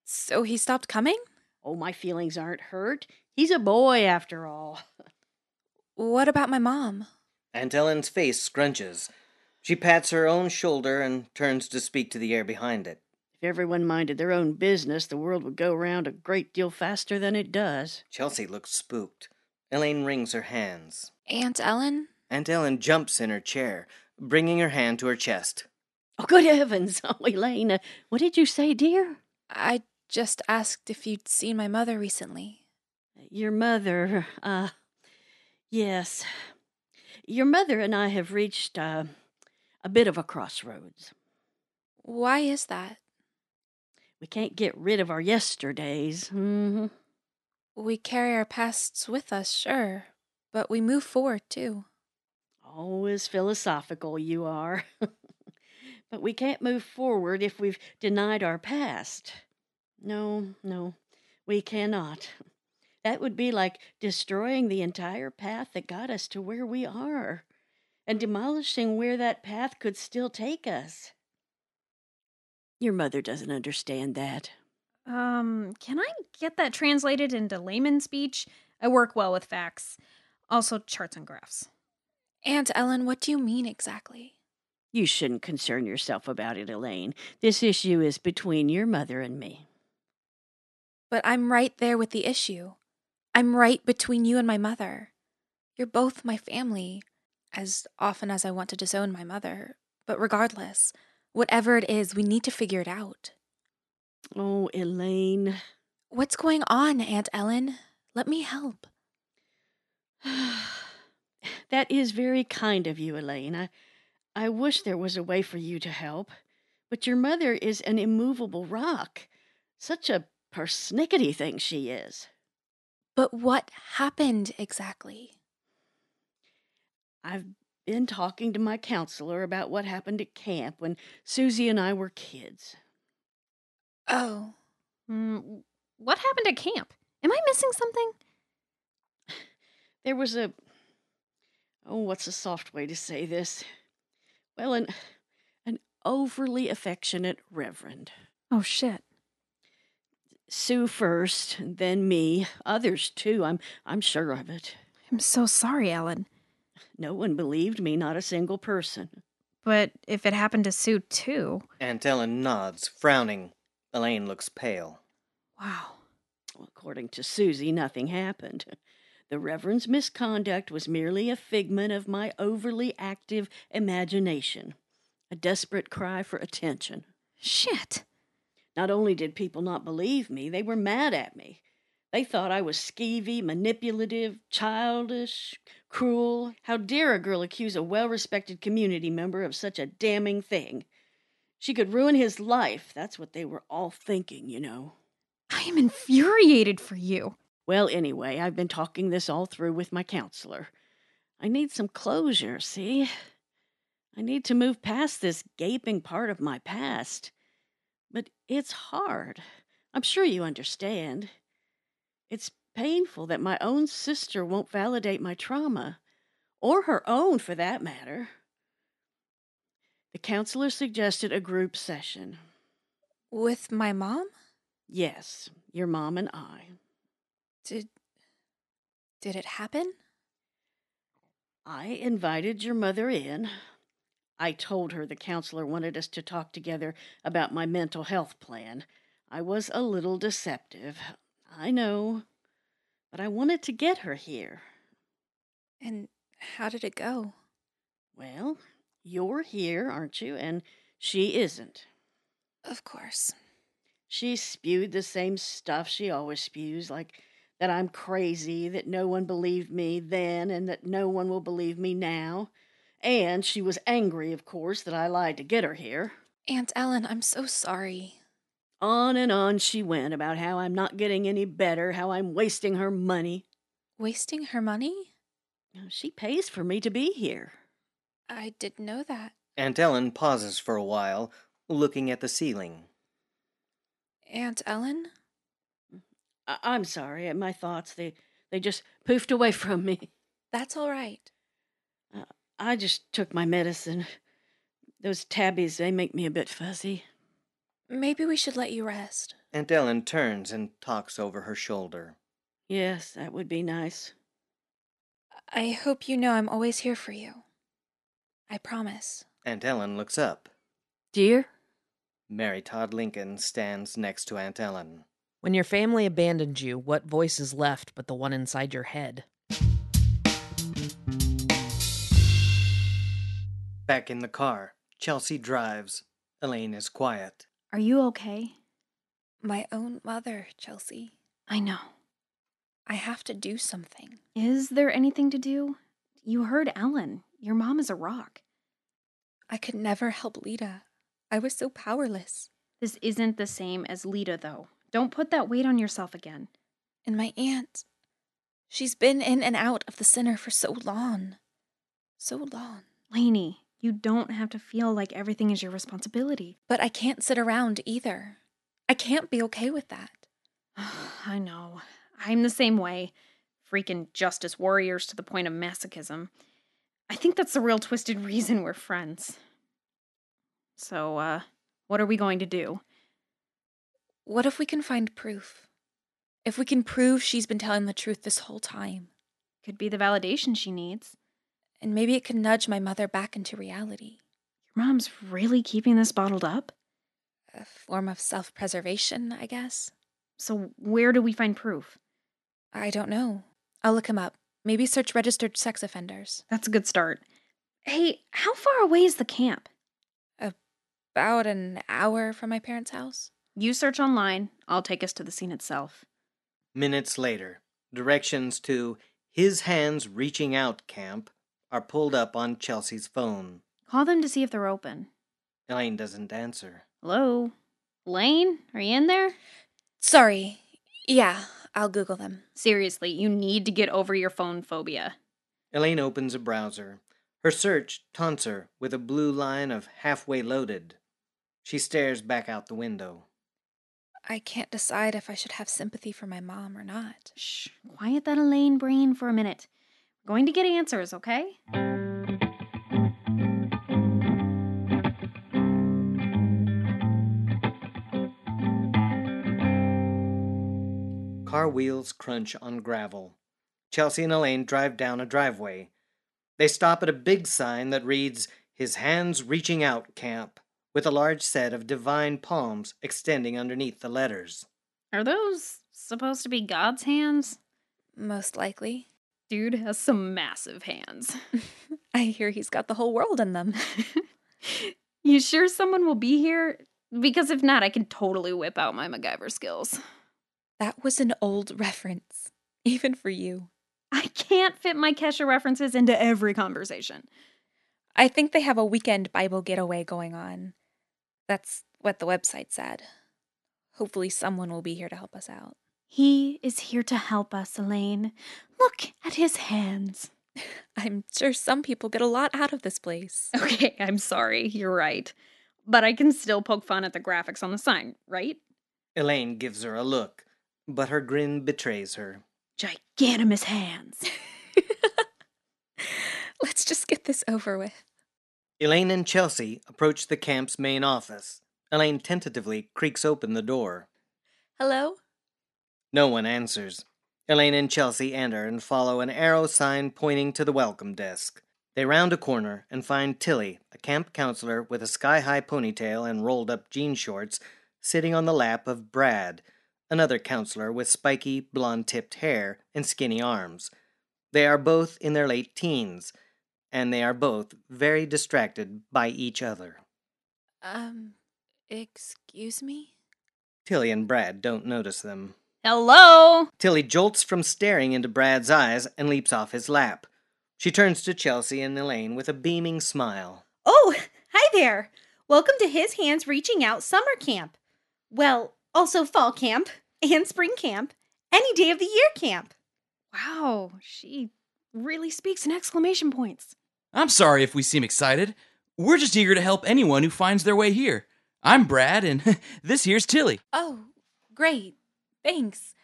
Speaker 5: So he stopped coming?
Speaker 3: Oh, my feelings aren't hurt. He's a boy after all.
Speaker 5: What about my mom?
Speaker 1: Aunt Ellen's face scrunches. She pats her own shoulder and turns to speak to the air behind it.
Speaker 3: If everyone minded their own business, the world would go round a great deal faster than it does.
Speaker 1: Chelsea looks spooked. Elaine wrings her hands.
Speaker 5: Aunt Ellen?
Speaker 1: Aunt Ellen jumps in her chair, bringing her hand to her chest.
Speaker 3: Oh, good heavens. Oh, Elena, what did you say, dear?
Speaker 5: I just asked if you'd seen my mother recently.
Speaker 3: Your mother, uh, yes. Your mother and I have reached, uh, a bit of a crossroads.
Speaker 5: Why is that?
Speaker 3: We can't get rid of our yesterdays. hmm
Speaker 5: We carry our pasts with us, sure, but we move forward too.
Speaker 3: Always philosophical, you are. but we can't move forward if we've denied our past. No, no, we cannot. That would be like destroying the entire path that got us to where we are and demolishing where that path could still take us. Your mother doesn't understand that.
Speaker 7: Um, can I get that translated into layman speech? I work well with facts, also charts and graphs.
Speaker 5: Aunt Ellen, what do you mean exactly?
Speaker 3: You shouldn't concern yourself about it, Elaine. This issue is between your mother and me.
Speaker 5: But I'm right there with the issue. I'm right between you and my mother. You're both my family, as often as I want to disown my mother. But regardless, whatever it is, we need to figure it out.
Speaker 3: Oh, Elaine.
Speaker 5: What's going on, Aunt Ellen? Let me help.
Speaker 3: that is very kind of you, Elaine. I, I wish there was a way for you to help, but your mother is an immovable rock. Such a persnickety thing she is.
Speaker 5: But what happened exactly?
Speaker 3: I've been talking to my counselor about what happened at camp when Susie and I were kids.
Speaker 5: Oh,
Speaker 7: Mm, what happened at camp? Am I missing something?
Speaker 3: There was a. Oh, what's a soft way to say this? Well, an, an overly affectionate reverend.
Speaker 7: Oh, shit.
Speaker 3: Sue first, then me, others too. I'm I'm sure of it.
Speaker 7: I'm so sorry, Ellen.
Speaker 3: No one believed me, not a single person.
Speaker 9: But if it happened to Sue, too.
Speaker 1: Aunt Ellen nods, frowning. Elaine looks pale.
Speaker 9: Wow.
Speaker 3: According to Susie, nothing happened. The Reverend's misconduct was merely a figment of my overly active imagination, a desperate cry for attention.
Speaker 9: Shit.
Speaker 3: Not only did people not believe me, they were mad at me. They thought I was skeevy, manipulative, childish, cruel. How dare a girl accuse a well respected community member of such a damning thing? She could ruin his life. That's what they were all thinking, you know.
Speaker 9: I am infuriated for you.
Speaker 3: Well, anyway, I've been talking this all through with my counselor. I need some closure, see? I need to move past this gaping part of my past. But it's hard. I'm sure you understand. It's painful that my own sister won't validate my trauma, or her own for that matter. The counselor suggested a group session.
Speaker 5: With my mom?
Speaker 3: Yes, your mom and I.
Speaker 5: Did did it happen?
Speaker 3: I invited your mother in. I told her the counselor wanted us to talk together about my mental health plan. I was a little deceptive. I know. But I wanted to get her here.
Speaker 5: And how did it go?
Speaker 3: Well, you're here, aren't you? And she isn't.
Speaker 5: Of course.
Speaker 3: She spewed the same stuff she always spews, like that I'm crazy, that no one believed me then, and that no one will believe me now. And she was angry, of course, that I lied to get her here.
Speaker 5: Aunt Ellen, I'm so sorry.
Speaker 3: On and on she went about how I'm not getting any better, how I'm wasting her money.
Speaker 5: Wasting her money?
Speaker 3: Now, She pays for me to be here.
Speaker 5: I didn't know that.
Speaker 1: Aunt Ellen pauses for a while, looking at the ceiling.
Speaker 5: Aunt Ellen?
Speaker 3: I- I'm sorry, eh, my thoughts, they, they just poofed away from me.
Speaker 5: That's all right.
Speaker 3: I just took my medicine. Those tabbies, they make me a bit fuzzy.
Speaker 5: Maybe we should let you rest.
Speaker 1: Aunt Ellen turns and talks over her shoulder.
Speaker 3: Yes, that would be nice.
Speaker 5: I hope you know I'm always here for you. I promise.
Speaker 1: Aunt Ellen looks up.
Speaker 3: Dear?
Speaker 1: Mary Todd Lincoln stands next to Aunt Ellen.
Speaker 6: When your family abandoned you, what voice is left but the one inside your head?
Speaker 1: Back in the car, Chelsea drives. Elaine is quiet.
Speaker 9: Are you okay?
Speaker 5: My own mother, Chelsea.
Speaker 9: I know.
Speaker 5: I have to do something.
Speaker 9: Is there anything to do? You heard Ellen. Your mom is a rock.
Speaker 5: I could never help Lita. I was so powerless.
Speaker 7: This isn't the same as Lita, though. Don't put that weight on yourself again.
Speaker 5: And my aunt. She's been in and out of the center for so long. So long.
Speaker 9: Lainey, you don't have to feel like everything is your responsibility.
Speaker 5: But I can't sit around either. I can't be okay with that.
Speaker 7: I know. I'm the same way. Freaking justice warriors to the point of masochism. I think that's the real twisted reason we're friends. So, uh, what are we going to do?
Speaker 5: What if we can find proof? If we can prove she's been telling the truth this whole time,
Speaker 7: Could be the validation she needs.
Speaker 5: and maybe it could nudge my mother back into reality,
Speaker 7: Your mom's really keeping this bottled up?
Speaker 5: a form of self preservation, I guess.
Speaker 7: So, where do we find proof?
Speaker 5: I don't know. I'll look him up. Maybe search registered sex offenders.
Speaker 7: That's a good start. Hey, how far away is the camp?
Speaker 5: About an hour from my parents' house.
Speaker 7: You search online, I'll take us to the scene itself.
Speaker 1: Minutes later, directions to His Hands Reaching Out Camp are pulled up on Chelsea's phone.
Speaker 7: Call them to see if they're open.
Speaker 1: Elaine doesn't answer.
Speaker 7: Hello? Lane, are you in there?
Speaker 5: Sorry. Yeah, I'll Google them.
Speaker 7: Seriously, you need to get over your phone phobia.
Speaker 1: Elaine opens a browser. Her search taunts her with a blue line of halfway loaded. She stares back out the window.
Speaker 5: I can't decide if I should have sympathy for my mom or not.
Speaker 7: Shh, quiet that Elaine brain for a minute. We're going to get answers, okay?
Speaker 1: Car wheels crunch on gravel. Chelsea and Elaine drive down a driveway. They stop at a big sign that reads his hands reaching out camp, with a large set of divine palms extending underneath the letters.
Speaker 9: Are those supposed to be God's hands?
Speaker 5: Most likely.
Speaker 9: Dude has some massive hands.
Speaker 5: I hear he's got the whole world in them.
Speaker 9: you sure someone will be here? Because if not, I can totally whip out my MacGyver skills.
Speaker 5: That was an old reference, even for you.
Speaker 9: I can't fit my Kesha references into every conversation.
Speaker 5: I think they have a weekend Bible getaway going on. That's what the website said. Hopefully, someone will be here to help us out.
Speaker 9: He is here to help us, Elaine. Look at his hands.
Speaker 5: I'm sure some people get a lot out of this place.
Speaker 7: Okay, I'm sorry. You're right. But I can still poke fun at the graphics on the sign, right?
Speaker 1: Elaine gives her a look, but her grin betrays her.
Speaker 9: Giganimous hands.
Speaker 5: Let's just get this over with.
Speaker 1: Elaine and Chelsea approach the camp's main office. Elaine tentatively creaks open the door.
Speaker 5: Hello?
Speaker 1: No one answers. Elaine and Chelsea enter and follow an arrow sign pointing to the welcome desk. They round a corner and find Tilly, a camp counselor with a sky high ponytail and rolled up jean shorts, sitting on the lap of Brad, another counselor with spiky, blond tipped hair and skinny arms. They are both in their late teens, and they are both very distracted by each other.
Speaker 5: Um, excuse me?
Speaker 1: Tilly and Brad don't notice them.
Speaker 7: Hello?
Speaker 1: Tilly jolts from staring into Brad's eyes and leaps off his lap. She turns to Chelsea and Elaine with a beaming smile.
Speaker 10: Oh, hi there. Welcome to His Hands Reaching Out Summer Camp. Well, also Fall Camp and Spring Camp, any day of the year camp.
Speaker 9: Wow, she really speaks in exclamation points.
Speaker 4: I'm sorry if we seem excited. We're just eager to help anyone who finds their way here. I'm Brad, and this here's Tilly.
Speaker 5: Oh, great. Thanks.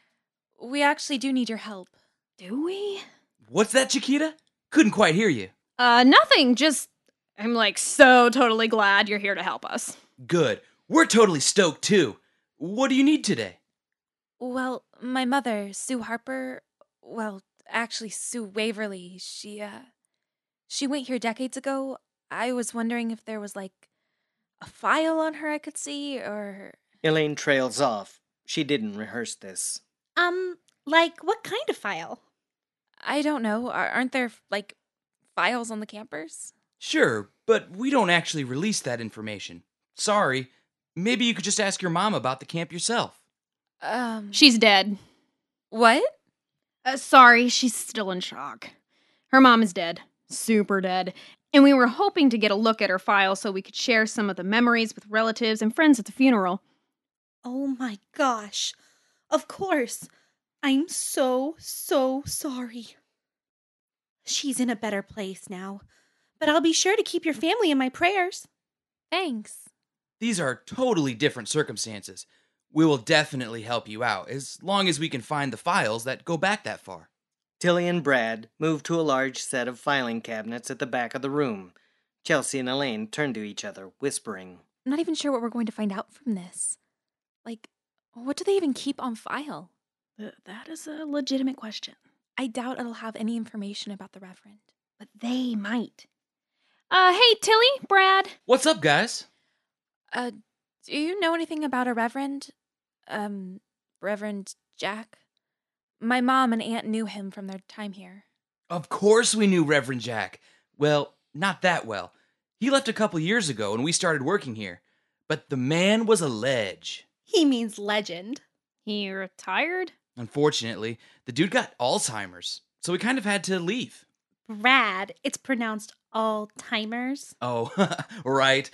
Speaker 5: We actually do need your help.
Speaker 9: Do we?
Speaker 4: What's that, Chiquita? Couldn't quite hear you.
Speaker 7: Uh, nothing. Just, I'm like so totally glad you're here to help us.
Speaker 4: Good. We're totally stoked, too. What do you need today?
Speaker 5: Well, my mother, Sue Harper, well, actually Sue Waverly, she uh she went here decades ago. I was wondering if there was like a file on her I could see or
Speaker 1: Elaine trails off. She didn't rehearse this.
Speaker 10: Um, like what kind of file?
Speaker 5: I don't know. Ar- Aren't there like files on the campers?
Speaker 4: Sure, but we don't actually release that information. Sorry. Maybe you could just ask your mom about the camp yourself.
Speaker 5: Um
Speaker 7: She's dead.
Speaker 5: what?
Speaker 7: Uh, sorry, she's still in shock. Her mom is dead, super dead, and we were hoping to get a look at her file so we could share some of the memories with relatives and friends at the funeral.
Speaker 10: Oh my gosh. Of course. I'm so, so sorry. She's in a better place now, but I'll be sure to keep your family in my prayers.
Speaker 5: Thanks.
Speaker 4: These are totally different circumstances. We will definitely help you out as long as we can find the files that go back that far.
Speaker 1: Tilly and Brad move to a large set of filing cabinets at the back of the room. Chelsea and Elaine turn to each other, whispering.
Speaker 5: I'm not even sure what we're going to find out from this. Like what do they even keep on file?
Speaker 9: Th- that is a legitimate question.
Speaker 5: I doubt it'll have any information about the reverend.
Speaker 9: But they might.
Speaker 7: Uh, hey, Tilly, Brad.
Speaker 4: What's up, guys?
Speaker 5: Uh, do you know anything about a reverend? Um, Reverend Jack? My mom and aunt knew him from their time here.
Speaker 4: Of course we knew Reverend Jack. Well, not that well. He left a couple years ago and we started working here. But the man was a ledge.
Speaker 10: He means legend.
Speaker 9: He retired?
Speaker 4: Unfortunately, the dude got Alzheimer's, so we kind of had to leave.
Speaker 10: Brad, it's pronounced all timers.
Speaker 4: Oh, right.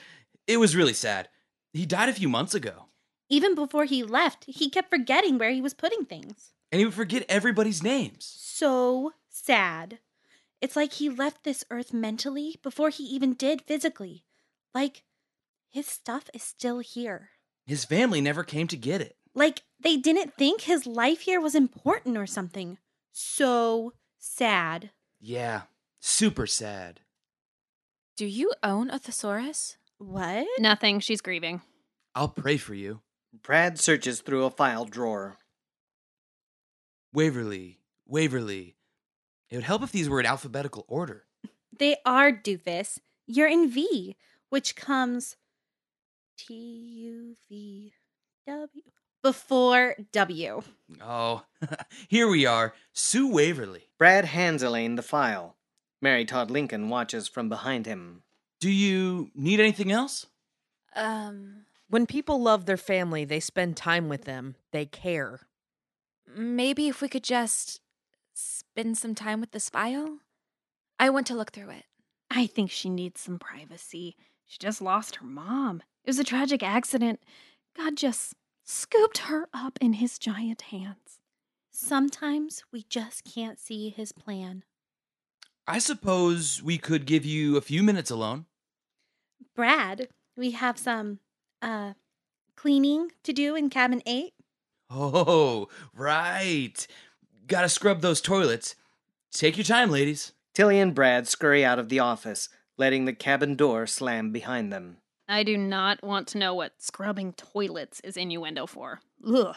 Speaker 4: It was really sad. He died a few months ago.
Speaker 10: Even before he left, he kept forgetting where he was putting things.
Speaker 4: And he would forget everybody's names.
Speaker 10: So sad. It's like he left this earth mentally before he even did physically. Like, his stuff is still here.
Speaker 4: His family never came to get it.
Speaker 10: Like, they didn't think his life here was important or something. So sad.
Speaker 4: Yeah, super sad.
Speaker 5: Do you own a thesaurus?
Speaker 10: What?
Speaker 7: Nothing. She's grieving.
Speaker 4: I'll pray for you.
Speaker 1: Brad searches through a file drawer.
Speaker 4: Waverly, Waverly. It would help if these were in alphabetical order.
Speaker 10: They are doofus. You're in V, which comes T U V W before W.
Speaker 4: Oh, here we are. Sue Waverly.
Speaker 1: Brad hands Elaine the file. Mary Todd Lincoln watches from behind him.
Speaker 4: Do you need anything else?
Speaker 5: Um,
Speaker 6: When people love their family, they spend time with them. They care.
Speaker 5: maybe if we could just spend some time with this file? I want to look through it.
Speaker 9: I think she needs some privacy. She just lost her mom. It was a tragic accident. God just scooped her up in his giant hands.
Speaker 10: Sometimes we just can't see his plan.
Speaker 4: I suppose we could give you a few minutes alone.
Speaker 10: Brad, we have some uh cleaning to do in cabin 8.
Speaker 4: Oh, right. Gotta scrub those toilets. Take your time, ladies.
Speaker 1: Tilly and Brad scurry out of the office, letting the cabin door slam behind them.
Speaker 7: I do not want to know what scrubbing toilets is innuendo for. Ugh.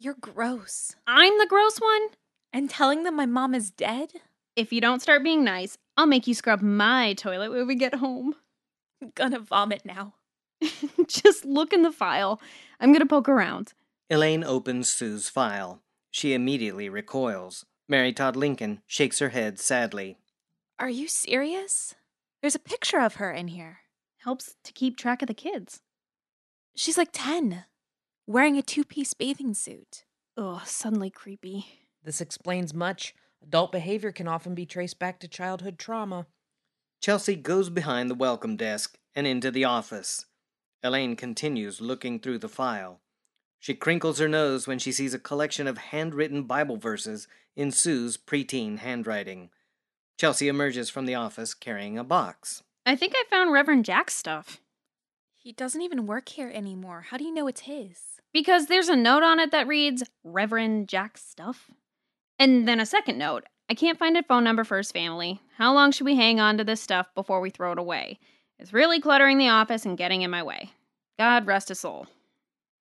Speaker 5: You're gross.
Speaker 7: I'm the gross one?
Speaker 5: And telling them my mom is dead?
Speaker 7: If you don't start being nice, I'll make you scrub my toilet when we get home.
Speaker 5: I'm gonna vomit now.
Speaker 7: Just look in the file. I'm gonna poke around.
Speaker 1: Elaine opens Sue's file. She immediately recoils. Mary Todd Lincoln shakes her head sadly.
Speaker 5: Are you serious? There's a picture of her in here.
Speaker 7: Helps to keep track of the kids.
Speaker 5: She's like 10, wearing a two piece bathing suit.
Speaker 9: Ugh, suddenly creepy.
Speaker 6: This explains much. Adult behavior can often be traced back to childhood trauma.
Speaker 1: Chelsea goes behind the welcome desk and into the office. Elaine continues looking through the file. She crinkles her nose when she sees a collection of handwritten Bible verses in Sue's preteen handwriting. Chelsea emerges from the office carrying a box.
Speaker 7: I think I found Reverend Jack's stuff.
Speaker 5: He doesn't even work here anymore. How do you know it's his?
Speaker 7: Because there's a note on it that reads Reverend Jack's stuff. And then a second note. I can't find a phone number for his family. How long should we hang on to this stuff before we throw it away? It's really cluttering the office and getting in my way. God rest his soul.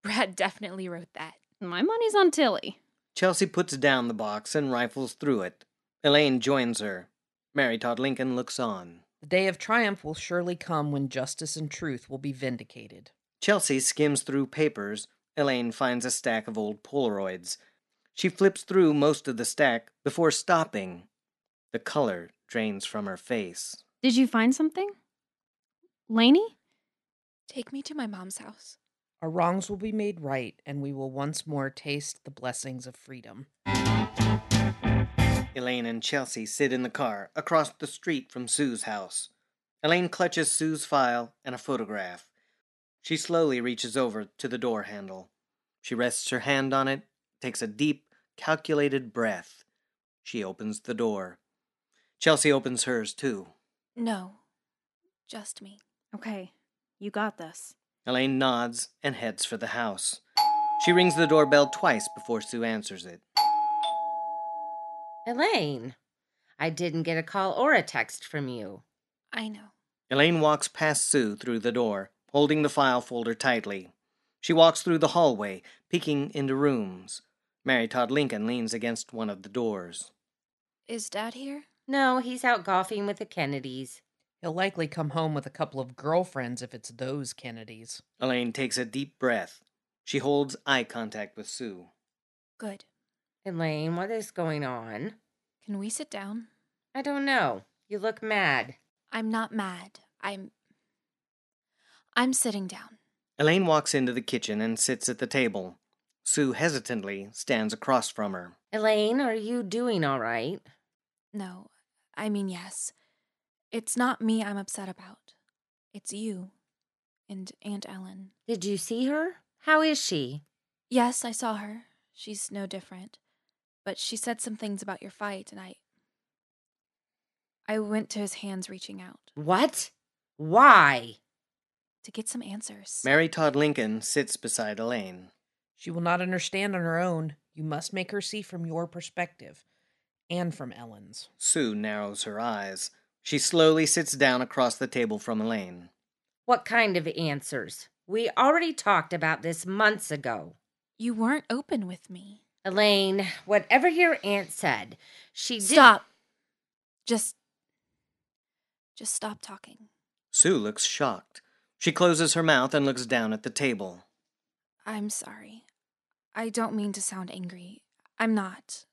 Speaker 5: Brad definitely wrote that.
Speaker 7: My money's on Tilly.
Speaker 1: Chelsea puts down the box and rifles through it. Elaine joins her. Mary Todd Lincoln looks on.
Speaker 6: The day of triumph will surely come when justice and truth will be vindicated.
Speaker 1: Chelsea skims through papers. Elaine finds a stack of old Polaroids. She flips through most of the stack before stopping. The color drains from her face.
Speaker 7: Did you find something? Laney?
Speaker 5: Take me to my mom's house.
Speaker 6: Our wrongs will be made right, and we will once more taste the blessings of freedom.
Speaker 1: Elaine and Chelsea sit in the car across the street from Sue's house. Elaine clutches Sue's file and a photograph. She slowly reaches over to the door handle. She rests her hand on it, takes a deep, calculated breath. She opens the door. Chelsea opens hers too.
Speaker 5: No, just me.
Speaker 7: Okay, you got this.
Speaker 1: Elaine nods and heads for the house. She rings the doorbell twice before Sue answers it.
Speaker 2: Elaine, I didn't get a call or a text from you.
Speaker 5: I know.
Speaker 1: Elaine walks past Sue through the door, holding the file folder tightly. She walks through the hallway, peeking into rooms. Mary Todd Lincoln leans against one of the doors.
Speaker 5: Is dad here?
Speaker 2: No, he's out golfing with the Kennedys.
Speaker 6: He'll likely come home with a couple of girlfriends if it's those Kennedys.
Speaker 1: Elaine takes a deep breath. She holds eye contact with Sue.
Speaker 5: Good.
Speaker 2: Elaine, what is going on?
Speaker 5: Can we sit down?
Speaker 2: I don't know. You look mad.
Speaker 5: I'm not mad. I'm. I'm sitting down.
Speaker 1: Elaine walks into the kitchen and sits at the table. Sue hesitantly stands across from her.
Speaker 2: Elaine, are you doing all right?
Speaker 5: No, I mean, yes. It's not me I'm upset about. It's you and Aunt Ellen.
Speaker 2: Did you see her? How is she?
Speaker 5: Yes, I saw her. She's no different. But she said some things about your fight, and I. I went to his hands reaching out
Speaker 2: What? Why?
Speaker 5: to get some answers.
Speaker 1: Mary Todd Lincoln sits beside Elaine.
Speaker 6: She will not understand on her own. You must make her see from your perspective and from Ellen's.
Speaker 1: Sue narrows her eyes. She slowly sits down across the table from Elaine.
Speaker 2: What kind of answers? We already talked about this months ago.
Speaker 5: you weren't open with me.
Speaker 2: Elaine, whatever your aunt said, she did.
Speaker 5: Stop. Just. Just stop talking.
Speaker 1: Sue looks shocked. She closes her mouth and looks down at the table.
Speaker 5: I'm sorry. I don't mean to sound angry. I'm not.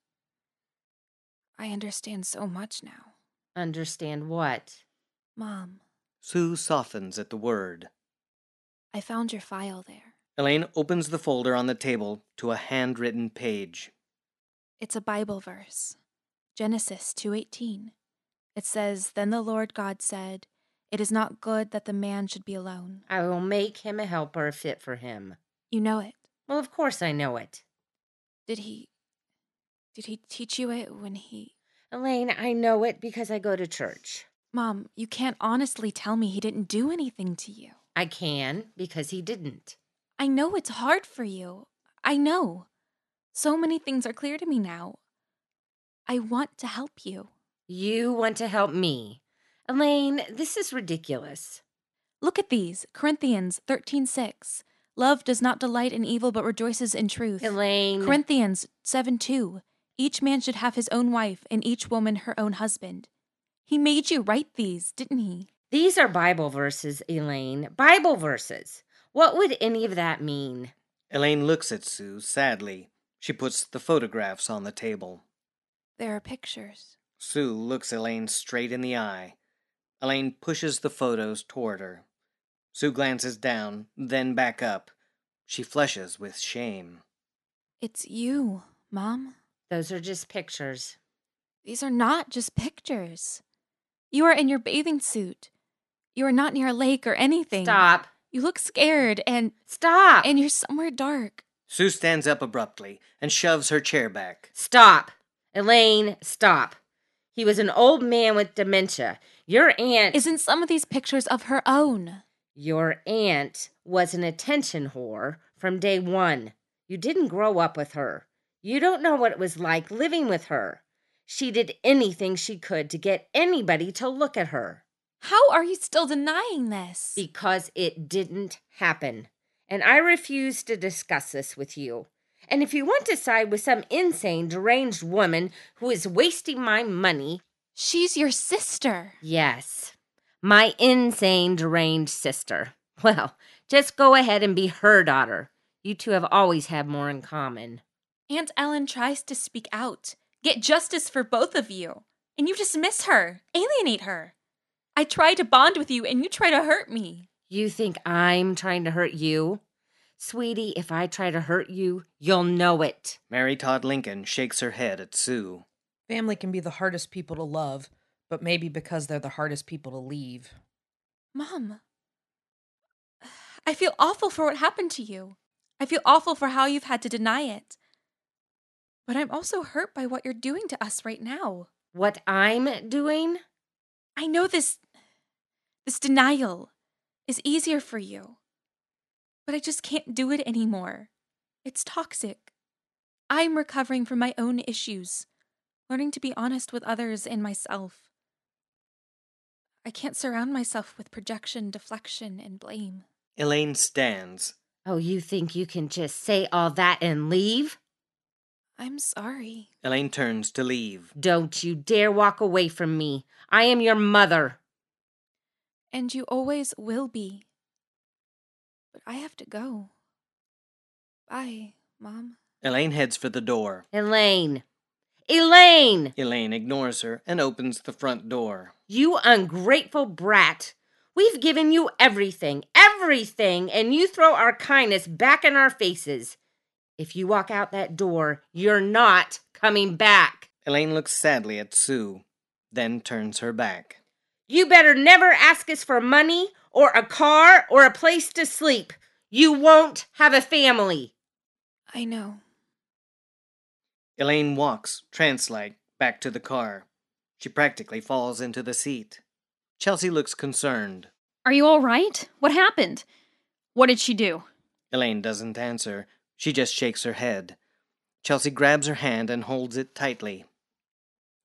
Speaker 5: I understand so much now.
Speaker 2: Understand what?
Speaker 5: Mom,
Speaker 1: Sue softens at the word.
Speaker 5: I found your file there.
Speaker 1: Elaine opens the folder on the table to a handwritten page.
Speaker 5: It's a Bible verse. Genesis 2:18. It says, "Then the Lord God said, it is not good that the man should be alone."
Speaker 2: I will make him a helper fit for him.
Speaker 5: You know it.
Speaker 2: Well, of course I know it.
Speaker 5: Did he Did he teach you it when he
Speaker 2: Elaine, I know it because I go to church.
Speaker 5: Mom, you can't honestly tell me he didn't do anything to you.
Speaker 2: I can because he didn't.
Speaker 5: I know it's hard for you. I know. So many things are clear to me now. I want to help you.
Speaker 2: You want to help me. Elaine, this is ridiculous.
Speaker 5: Look at these. Corinthians 13:6. Love does not delight in evil but rejoices in truth.
Speaker 2: Elaine.
Speaker 5: Corinthians 7:2. Each man should have his own wife and each woman her own husband. He made you write these, didn't he?
Speaker 2: These are Bible verses, Elaine. Bible verses. What would any of that mean?
Speaker 1: Elaine looks at Sue sadly. She puts the photographs on the table.
Speaker 5: There are pictures.
Speaker 1: Sue looks Elaine straight in the eye. Elaine pushes the photos toward her. Sue glances down, then back up. She flushes with shame.
Speaker 5: It's you, Mom.
Speaker 2: Those are just pictures.
Speaker 5: These are not just pictures. You are in your bathing suit. You are not near a lake or anything.
Speaker 2: Stop.
Speaker 5: You look scared and
Speaker 2: Stop.
Speaker 5: and you're somewhere dark.
Speaker 1: Sue stands up abruptly and shoves her chair back.
Speaker 2: Stop. Elaine, stop. He was an old man with dementia. Your aunt.
Speaker 5: Isn't some of these pictures of her own?
Speaker 2: Your aunt was an attention whore from day one. You didn't grow up with her. You don't know what it was like living with her. She did anything she could to get anybody to look at her
Speaker 5: How are you still denying this?
Speaker 2: because it didn't happen. And I refuse to discuss this with you. And if you want to side with some insane, deranged woman who is wasting my money,
Speaker 5: She's your sister.
Speaker 2: Yes, my insane, deranged sister. Well, just go ahead and be her daughter. You two have always had more in common.
Speaker 5: Aunt Ellen tries to speak out, get justice for both of you, and you dismiss her, alienate her. I try to bond with you, and you try to hurt me.
Speaker 2: You think I'm trying to hurt you? Sweetie, if I try to hurt you, you'll know it.
Speaker 1: Mary Todd Lincoln shakes her head at Sue.
Speaker 6: Family can be the hardest people to love, but maybe because they're the hardest people to leave.
Speaker 5: Mom, I feel awful for what happened to you. I feel awful for how you've had to deny it. But I'm also hurt by what you're doing to us right now.
Speaker 2: What I'm doing?
Speaker 5: I know this this denial is easier for you. But I just can't do it anymore. It's toxic. I'm recovering from my own issues, learning to be honest with others and myself. I can't surround myself with projection, deflection, and blame.
Speaker 1: Elaine stands.
Speaker 2: Oh, you think you can just say all that and leave?
Speaker 5: I'm sorry.
Speaker 1: Elaine turns to leave.
Speaker 2: Don't you dare walk away from me. I am your mother.
Speaker 5: And you always will be. But I have to go. Bye, Mom.
Speaker 1: Elaine heads for the door.
Speaker 2: Elaine. Elaine!
Speaker 1: Elaine ignores her and opens the front door.
Speaker 2: You ungrateful brat. We've given you everything, everything, and you throw our kindness back in our faces. If you walk out that door, you're not coming back.
Speaker 1: Elaine looks sadly at Sue, then turns her back.
Speaker 2: You better never ask us for money or a car or a place to sleep. You won't have a family.
Speaker 5: I know.
Speaker 1: Elaine walks, trance like, back to the car. She practically falls into the seat. Chelsea looks concerned.
Speaker 7: Are you all right? What happened? What did she do?
Speaker 1: Elaine doesn't answer. She just shakes her head. Chelsea grabs her hand and holds it tightly.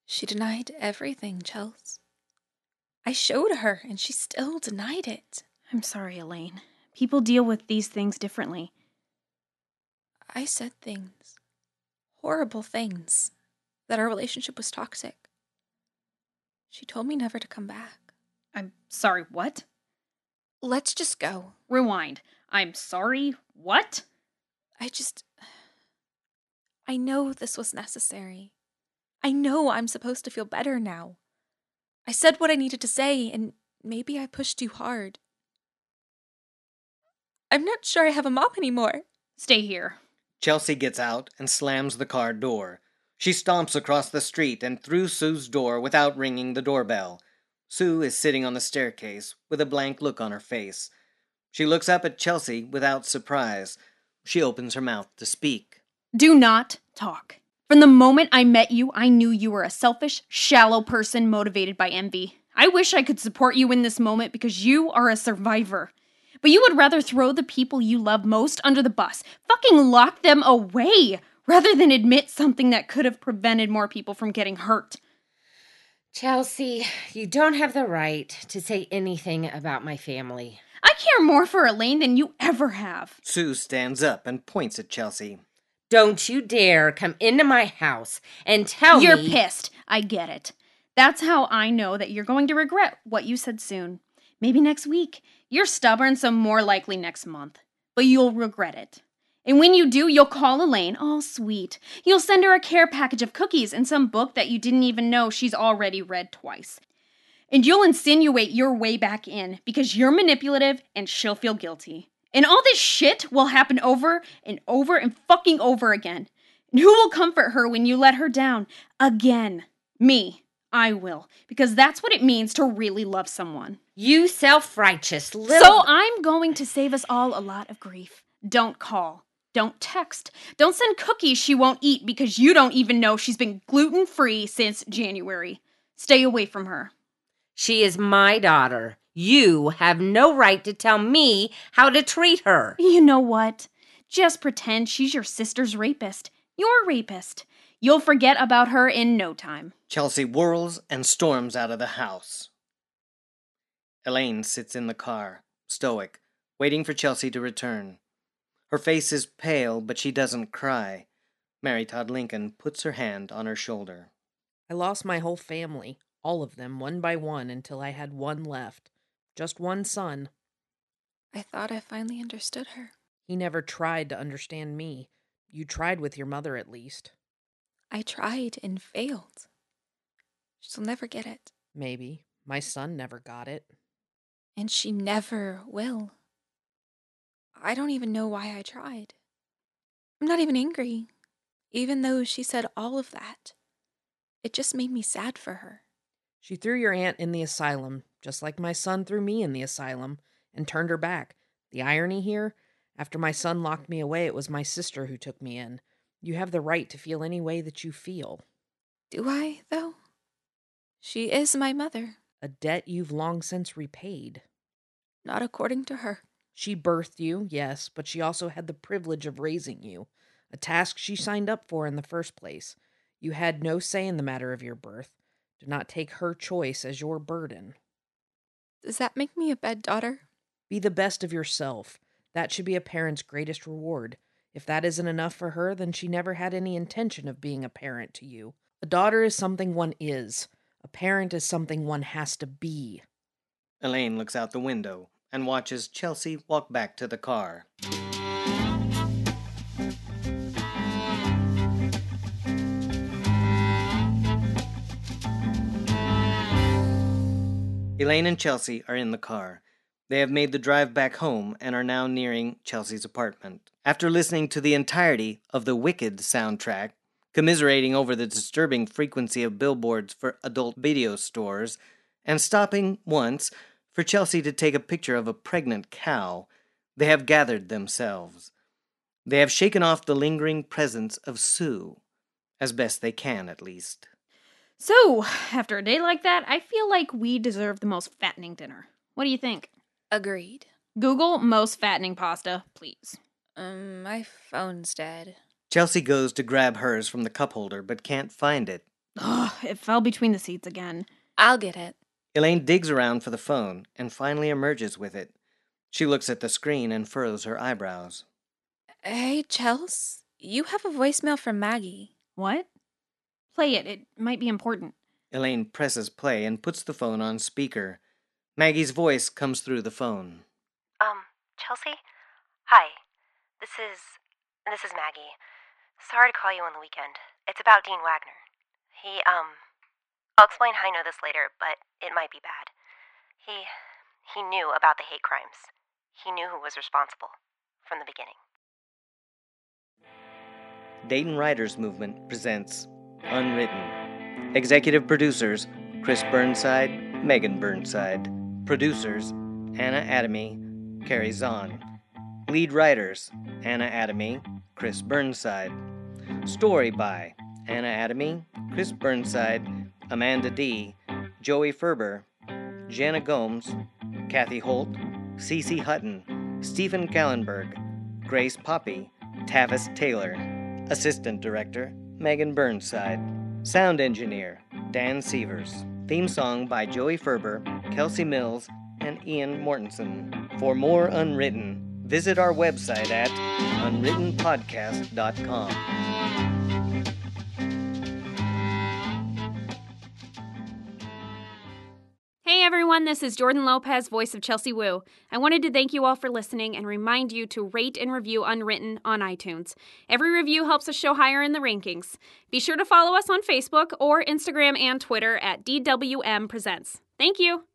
Speaker 5: She denied everything, Chels. I showed her, and she still denied it.
Speaker 9: I'm sorry, Elaine. People deal with these things differently.
Speaker 5: I said things, horrible things, that our relationship was toxic. She told me never to come back.
Speaker 7: I'm sorry, what?
Speaker 5: Let's just go.
Speaker 7: Rewind. I'm sorry. What?
Speaker 5: I just. I know this was necessary. I know I'm supposed to feel better now. I said what I needed to say, and maybe I pushed too hard. I'm not sure I have a mom anymore.
Speaker 7: Stay here.
Speaker 1: Chelsea gets out and slams the car door. She stomps across the street and through Sue's door without ringing the doorbell. Sue is sitting on the staircase with a blank look on her face. She looks up at Chelsea without surprise. She opens her mouth to speak.
Speaker 9: Do not talk. From the moment I met you, I knew you were a selfish, shallow person motivated by envy.
Speaker 7: I wish I could support you in this moment because you are a survivor. But you would rather throw the people you love most under the bus, fucking lock them away, rather than admit something that could have prevented more people from getting hurt.
Speaker 2: Chelsea, you don't have the right to say anything about my family.
Speaker 7: I care more for Elaine than you ever have.
Speaker 1: Sue stands up and points at Chelsea.
Speaker 2: Don't you dare come into my house and tell
Speaker 7: you're
Speaker 2: me.
Speaker 7: pissed. I get it. That's how I know that you're going to regret what you said soon. Maybe next week. You're stubborn, so more likely next month. But you'll regret it. And when you do, you'll call Elaine, all sweet. You'll send her a care package of cookies and some book that you didn't even know she's already read twice. And you'll insinuate your way back in because you're manipulative and she'll feel guilty. And all this shit will happen over and over and fucking over again. And who will comfort her when you let her down? Again. Me. I will. Because that's what it means to really love someone.
Speaker 2: You self righteous little.
Speaker 7: So I'm going to save us all a lot of grief. Don't call. Don't text. Don't send cookies she won't eat because you don't even know she's been gluten free since January. Stay away from her.
Speaker 2: She is my daughter. You have no right to tell me how to treat her.
Speaker 7: You know what? Just pretend she's your sister's rapist. Your rapist. You'll forget about her in no time.
Speaker 1: Chelsea whirls and storms out of the house. Elaine sits in the car, stoic, waiting for Chelsea to return. Her face is pale, but she doesn't cry. Mary Todd Lincoln puts her hand on her shoulder.
Speaker 6: I lost my whole family, all of them, one by one, until I had one left. Just one son.
Speaker 5: I thought I finally understood her.
Speaker 6: He never tried to understand me. You tried with your mother, at least.
Speaker 5: I tried and failed. She'll never get it,
Speaker 6: Maybe. My son never got it.
Speaker 5: and she never will. I don't even know why I tried. I'm not even angry, even though she said all of that. It just made me sad for her.
Speaker 6: She threw your aunt in the asylum, just like my son threw me in the asylum, and turned her back. The irony here after my son locked me away, it was my sister who took me in. You have the right to feel any way that you feel.
Speaker 5: Do I, though? She is my mother,
Speaker 6: A debt you've long since repaid.
Speaker 5: not according to her.
Speaker 6: She birthed you, yes, but she also had the privilege of raising you, a task she signed up for in the first place. You had no say in the matter of your birth. Do not take her choice as your burden.
Speaker 5: Does that make me a bad daughter?
Speaker 6: Be the best of yourself. That should be a parent's greatest reward. If that isn't enough for her, then she never had any intention of being a parent to you. A daughter is something one is, a parent is something one has to be.
Speaker 1: Elaine looks out the window and watches Chelsea walk back to the car. Elaine and Chelsea are in the car. They have made the drive back home and are now nearing Chelsea's apartment. After listening to the entirety of the Wicked soundtrack, commiserating over the disturbing frequency of billboards for adult video stores, and stopping once for Chelsea to take a picture of a pregnant cow, they have gathered themselves. They have shaken off the lingering presence of Sue, as best they can at least.
Speaker 7: So, after a day like that, I feel like we deserve the most fattening dinner. What do you think?
Speaker 5: Agreed.
Speaker 7: Google most fattening pasta, please.
Speaker 5: Um, my phone's dead.
Speaker 1: Chelsea goes to grab hers from the cup holder but can't find it.
Speaker 7: Ugh, it fell between the seats again.
Speaker 5: I'll get it.
Speaker 1: Elaine digs around for the phone and finally emerges with it. She looks at the screen and furrows her eyebrows.
Speaker 5: Hey, Chels, you have a voicemail from Maggie.
Speaker 7: What? Play it, it might be important.
Speaker 1: Elaine presses play and puts the phone on speaker. Maggie's voice comes through the phone.
Speaker 11: Um, Chelsea? Hi. This is this is Maggie. Sorry to call you on the weekend. It's about Dean Wagner. He um I'll explain how I know this later, but it might be bad. He he knew about the hate crimes. He knew who was responsible from the beginning.
Speaker 1: Dayton Writers Movement presents Unwritten. Executive producers Chris Burnside, Megan Burnside. Producers Anna Adamy, Carrie Zahn. Lead writers Anna Adamy, Chris Burnside. Story by Anna Adamy, Chris Burnside, Amanda D, Joey Ferber, Jana Gomes, Kathy Holt, Cece Hutton, Stephen Kallenberg, Grace Poppy, Tavis Taylor. Assistant Director, Megan Burnside. Sound Engineer, Dan Sievers. Theme song by Joey Ferber, Kelsey Mills, and Ian Mortensen. For more Unwritten, visit our website at unwrittenpodcast.com.
Speaker 7: Hey everyone, this is Jordan Lopez, voice of Chelsea Wu. I wanted to thank you all for listening and remind you to rate and review Unwritten on iTunes. Every review helps us show higher in the rankings. Be sure to follow us on Facebook or Instagram and Twitter at DWM Presents. Thank you!